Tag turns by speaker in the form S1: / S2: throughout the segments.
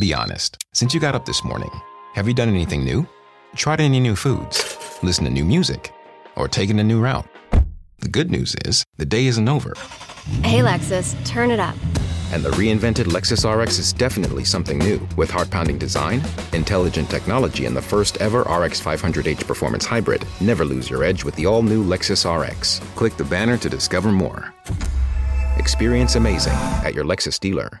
S1: Be honest. Since you got up this morning, have you done anything new? Tried any new foods? Listened to new music? Or taken a new route? The good news is, the day isn't over,
S2: Hey, Lexus, turn it up.
S1: and the reinvented Lexus RX is definitely something new with heart pounding design, intelligent technology, and the first ever RX 500h performance hybrid. Never lose your edge with the all new Lexus RX. Click the banner to discover more. Experience amazing at your Lexus dealer.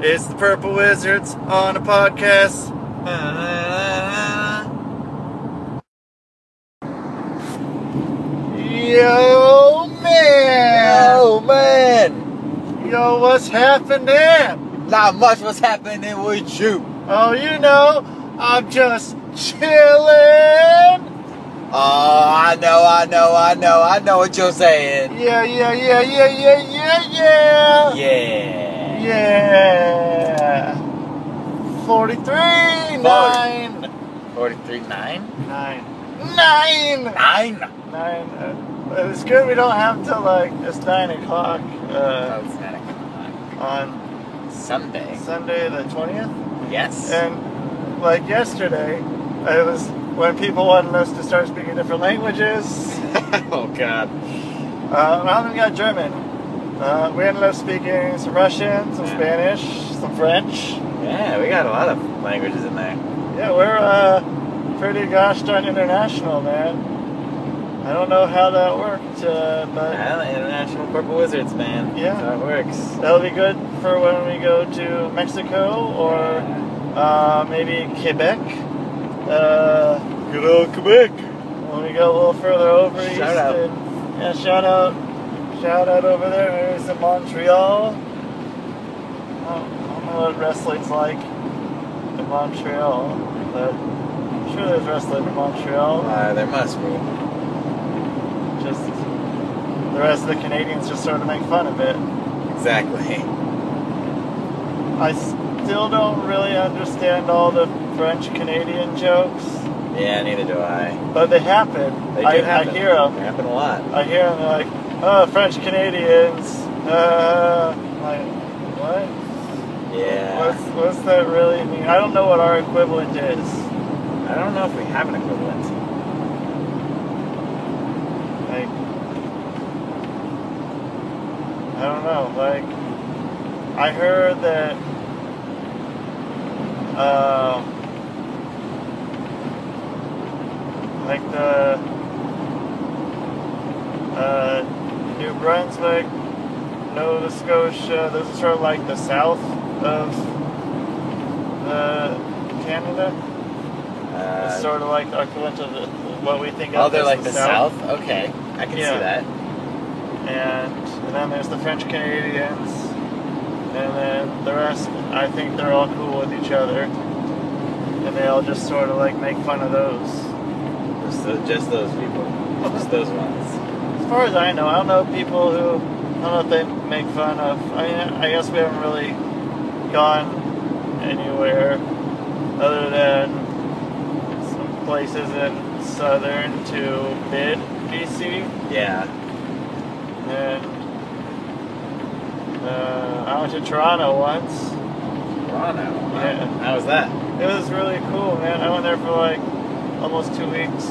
S3: It's the Purple Wizards on a podcast. Yo, man!
S4: Oh man,
S3: Yo, what's happening?
S4: not much was happening with you.
S3: Oh, you know, I'm just chilling.
S4: Oh, I know, I know, I know, I know what you're saying.
S3: Yeah, yeah, yeah, yeah, yeah, yeah, yeah.
S4: Yeah.
S3: Yeah. 43, 9.
S4: 43 9?
S3: Nine. Nine!
S4: 9?
S3: Nine. Uh, it's good we don't have to like it's nine o'clock uh, on
S4: Sunday.
S3: Sunday the twentieth,
S4: Yes.
S3: and like yesterday, it was when people wanted us to start speaking different languages.
S4: oh god.
S3: Uh, none of them got German. Uh, we ended up speaking some Russian, some Spanish, some French.
S4: Yeah, we got a lot of languages in there.
S3: Yeah, we're uh, pretty gosh darn international, man. I don't know how that worked, uh, but.
S4: Well, International Purple Wizards, man.
S3: Yeah.
S4: That's how it works.
S3: That'll be good for when we go to Mexico or uh, maybe Quebec. Uh, good old Quebec. When we go a little further over
S4: Shout
S3: east,
S4: out.
S3: And, yeah, shout out, shout out over there. Maybe some Montreal. I don't, I don't know what wrestling's like in Montreal, but I'm sure there's wrestling in Montreal.
S4: Uh, there must be.
S3: Just the rest of the Canadians just sort of make fun of it.
S4: Exactly.
S3: I still don't really understand all the French Canadian jokes,
S4: Yeah, neither do I.
S3: but they happen.
S4: They do
S3: I,
S4: happen.
S3: I hear
S4: They
S3: them.
S4: happen a lot.
S3: I hear them like, oh, French Canadians. Uh, like, what?
S4: Yeah.
S3: What's, what's that really mean? I don't know what our equivalent is.
S4: I don't know if we have an equivalent.
S3: Like, I don't know. Like, I heard that. Um, like the uh, New Brunswick, Nova Scotia. Those are sort of like the south of the Canada. It's
S4: Uh,
S3: sort of like equivalent of the, what we think of.
S4: oh, they're
S3: as
S4: like the South? Okay. I can
S3: Yeah.
S4: see that.
S3: and, and then there's the French Canadians, and then the rest. I think they're all cool with each other, and they all just sort of like make fun of those.
S4: Just, tho- just those people. Just those ones.
S3: As far as I know, I don't know people who I don't know if they make fun of. I mean, I guess we haven't really gone anywhere other than some places in southern to mid BC.
S4: Yeah.
S3: And uh, I went to Toronto once.
S4: Toronto. Wow.
S3: Yeah.
S4: How was that?
S3: It was really cool, man. I went there for like almost two weeks.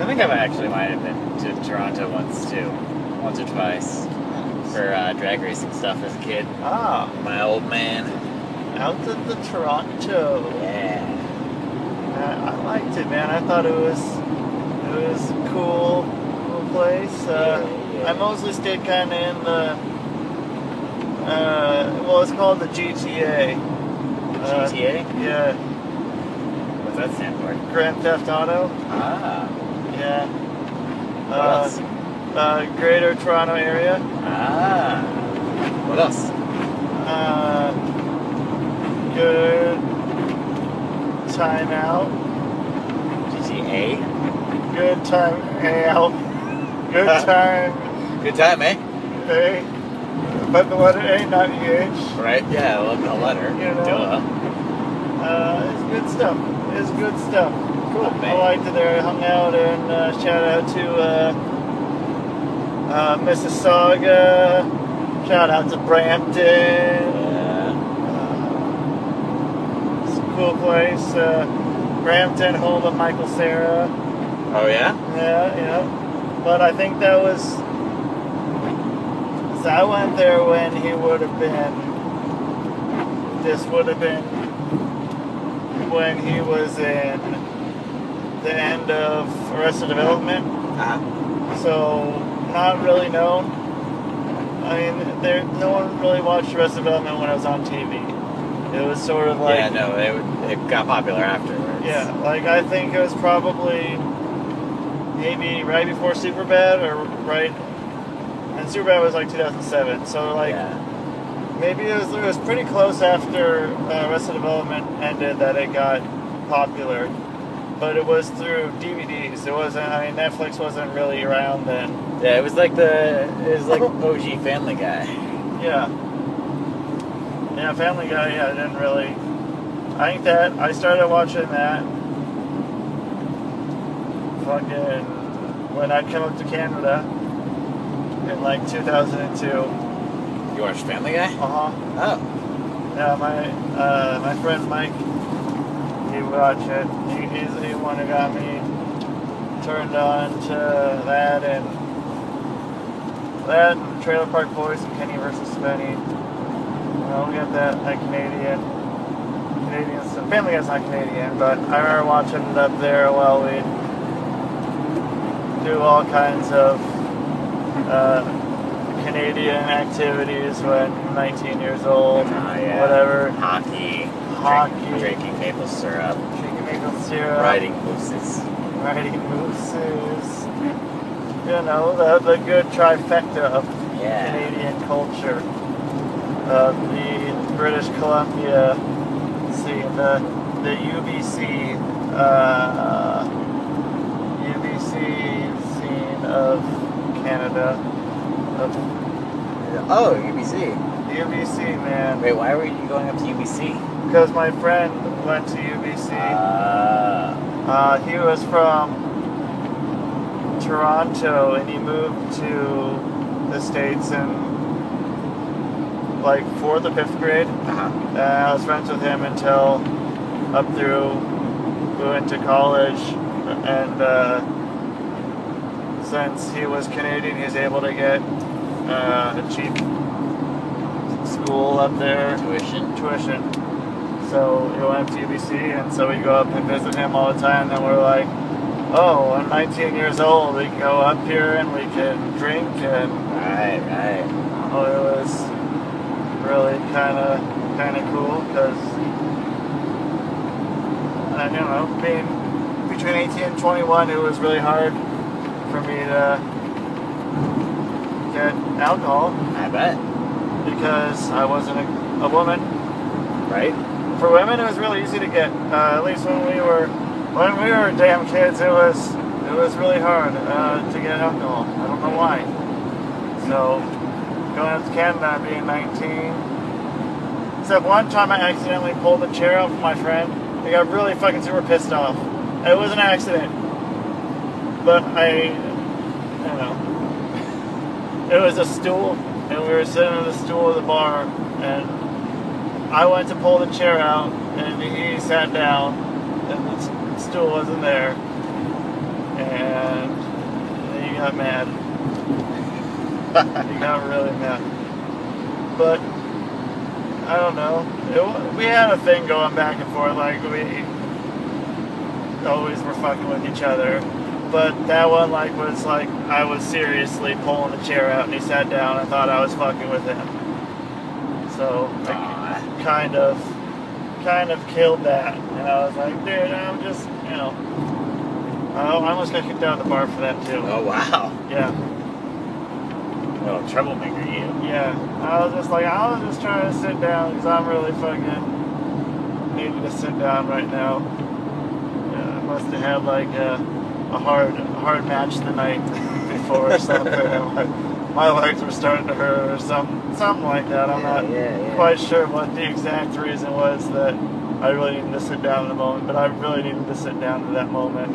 S4: I think I've actually might have been to Toronto once too. Once or twice. For uh, drag racing stuff as a kid.
S3: Ah,
S4: My old man.
S3: out to the Toronto.
S4: Yeah.
S3: I, I liked it, man. I thought it was it was a cool, cool place. Uh,
S4: Yeah, yeah.
S3: I mostly stayed kind of in the uh, well, it's called the GTA.
S4: The
S3: Uh,
S4: GTA?
S3: Yeah,
S4: What's that stand for?
S3: Grand Theft Auto.
S4: Ah.
S3: Yeah.
S4: What else?
S3: Uh, uh, Greater Toronto area.
S4: Ah. What else?
S3: Uh, good time out.
S4: GTA.
S3: Good time out. Good time
S5: Good time, eh?
S3: A. But the letter A, not EH.
S5: Right?
S4: Yeah, I love the letter.
S3: You know.
S4: Duh.
S3: Uh, it's good stuff. It's good stuff.
S4: Cool,
S3: I
S4: man.
S3: liked it there. I hung out and uh, shout out to uh, uh, Mississauga. Shout out to Brampton.
S4: Yeah.
S3: Uh, it's a cool place. Uh, Brampton, home of Michael Sarah.
S5: Oh, yeah?
S3: Yeah, yeah. But I think that was. So I went there when he would have been. This would have been when he was in the end of Arrested Development.
S5: Uh-huh.
S3: So not really known. I mean, there no one really watched Arrested Development when I was on TV. It was sort of like
S4: yeah, no, they would- it got popular afterwards.
S3: yeah, like I think it was probably maybe right before Superbad or right, and Superbad was like 2007. So like
S4: yeah.
S3: maybe it was, it was pretty close after uh, Arrested Development ended that it got popular, but it was through DVDs. It wasn't. I mean, Netflix wasn't really around then.
S4: Yeah, it was like the it was like OG Family Guy.
S3: Yeah. Yeah, Family Guy. Yeah, I didn't really. I think that I started watching that. Fucking when I came up to Canada in like 2002. Uh
S4: You watched Family Guy?
S3: huh.
S4: Oh,
S3: Uh-huh. Yeah, my uh, my friend Mike, he watched it. He, he's the one who got me turned on to that and that and Trailer Park Boys and Kenny versus Spenny. Well, we got that that Canadian Canadian stuff. Family Guy's not Canadian, but I remember watching it up there while we do all kinds of uh, Canadian activities when 19 years old,
S4: Ah, yeah.
S3: whatever.
S4: hockey.
S3: Hockey.
S4: Drink, drinking maple syrup.
S3: Drinking maple syrup.
S4: Riding horses.
S3: Riding mooses. You know, the, the good trifecta of
S4: Yeah.
S3: Canadian culture. Of the British Columbia scene, the, the UBC, uh, UBC scene of Canada. Of
S4: Oh, UBC.
S3: UBC, man.
S4: Wait, why were you going up to UBC?
S3: Because my friend went to UBC.
S4: Uh,
S3: Uh, he was from Toronto and he moved to the States in like fourth or fifth grade.
S4: uh-huh.
S3: Uh, I was friends with him until up through we went to college, and uh, since he was Canadian, he was able to get uh, a cheap school up there
S4: Tuition?
S3: tuition. So we went to UBC, and so we go up and visit him all the time. And we're like, oh, I'm 19 years old. We can go up here and we can drink. And
S4: Right, right.
S3: oh, it was really kind of kind of cool because I don't know, being between 18 and 21, it was really hard for me to get alcohol
S4: I bet.
S3: because I wasn't a, a woman.
S4: Right?
S3: For women, it was really easy to get. Uh, at least when we were when we were damn kids, it was it was really hard uh, to get alcohol. I don't know why. So going up to Canada, being 19. Except one time, I accidentally pulled the chair out from my friend. I got really fucking super pissed off. It was an accident, but I, I don't know it was a stool, and we were sitting on the stool of the bar, and I went to pull the chair out, and he sat down, and the s- stool wasn't there, and he got mad. he got really mad. But I don't know. It, wa- we had a thing going back and forth, like we always were fucking with each other. But that one like was like I was seriously pulling the chair out and he sat down and thought I was fucking with him. So
S4: Aw.
S3: I kind of kind of killed that and I was like, dude, I'm just you know I I almost got kicked out of the bar for that too.
S4: Oh, wow.
S3: Yeah,
S4: Little troublemaker, you.
S3: yeah. I was just like, I was just trying to sit down because I'm really fucking needing to sit down right now. Uh, must have had like a, a hard a hard match the night before or something. My, my legs were starting to hurt or something, something like that. I'm
S4: Yeah,
S3: not
S4: yeah, yeah.
S3: quite sure what the exact reason was that I really needed to sit down in the moment, but I really needed to sit down to that moment.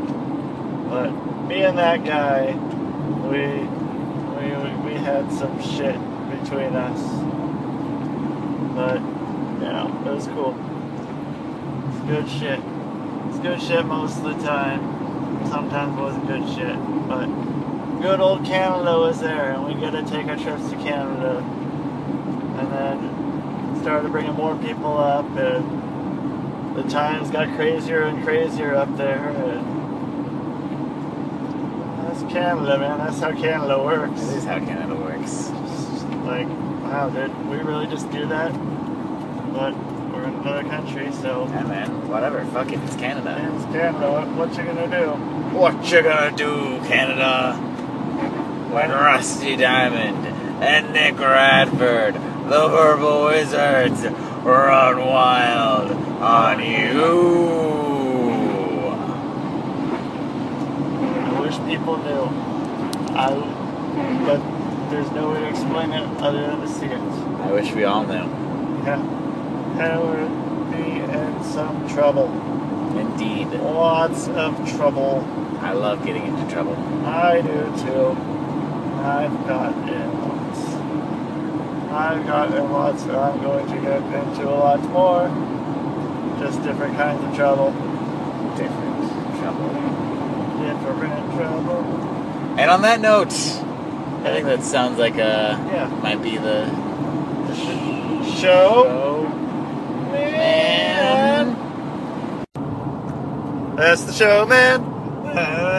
S3: But me and that guy, we we we had some shit between us. But yeah, it was cool. It's good shit. It's good shit most of the time. Sometimes it wasn't good shit, but good old Canada was there, and we got to take our trips to Canada, and then started bringing more people up, and the times got crazier and crazier up there. And that's Canada, man. That's how Canada works.
S4: This is how Canada works.
S3: It's like, wow, did we really just do that? But we're in another country, so
S4: Yeah, man. Whatever. Fuck it. It's Canada.
S3: it's Canada. What, what you gonna do?
S4: What you gonna do, Canada? When Rusty Diamond and Nick Radford, the verbal wizards, run wild on you.
S3: I wish people knew. I, but there's no way to explain it other than to see it.
S4: I wish we all knew.
S3: Yeah, that would be in some trouble.
S4: Indeed.
S3: Lots of trouble.
S4: I love getting into trouble.
S3: I do too. I've got in lots. I've got in lots, and I'm going to get into a lot more. Just different kinds of trouble.
S4: Different trouble.
S3: Different trouble.
S4: And on that note, I think that sounds like a.
S3: Yeah.
S4: Might be the
S3: The sh- show.
S4: man.
S3: That's the show, man.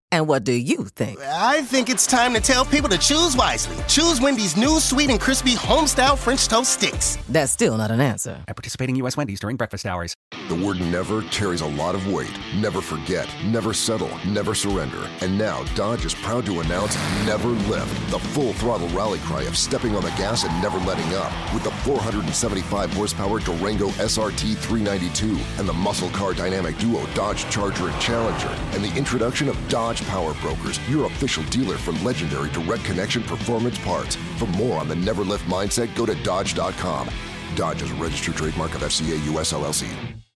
S6: And what do you think?
S7: I think it's time to tell people to choose wisely. Choose Wendy's new sweet and crispy homestyle French toast sticks.
S6: That's still not an answer.
S8: At participating U.S. Wendy's during breakfast hours.
S9: The word never carries a lot of weight. Never forget, never settle, never surrender. And now, Dodge is proud to announce Never Lift, the full throttle rally cry of stepping on the gas and never letting up. With the 475 horsepower Durango SRT 392 and the muscle car dynamic duo Dodge Charger and Challenger, and the introduction of Dodge Power Brokers, your official dealer for legendary direct connection performance parts. For more on the Never Lift mindset, go to Dodge.com. Dodge is a registered trademark of FCA US LLC.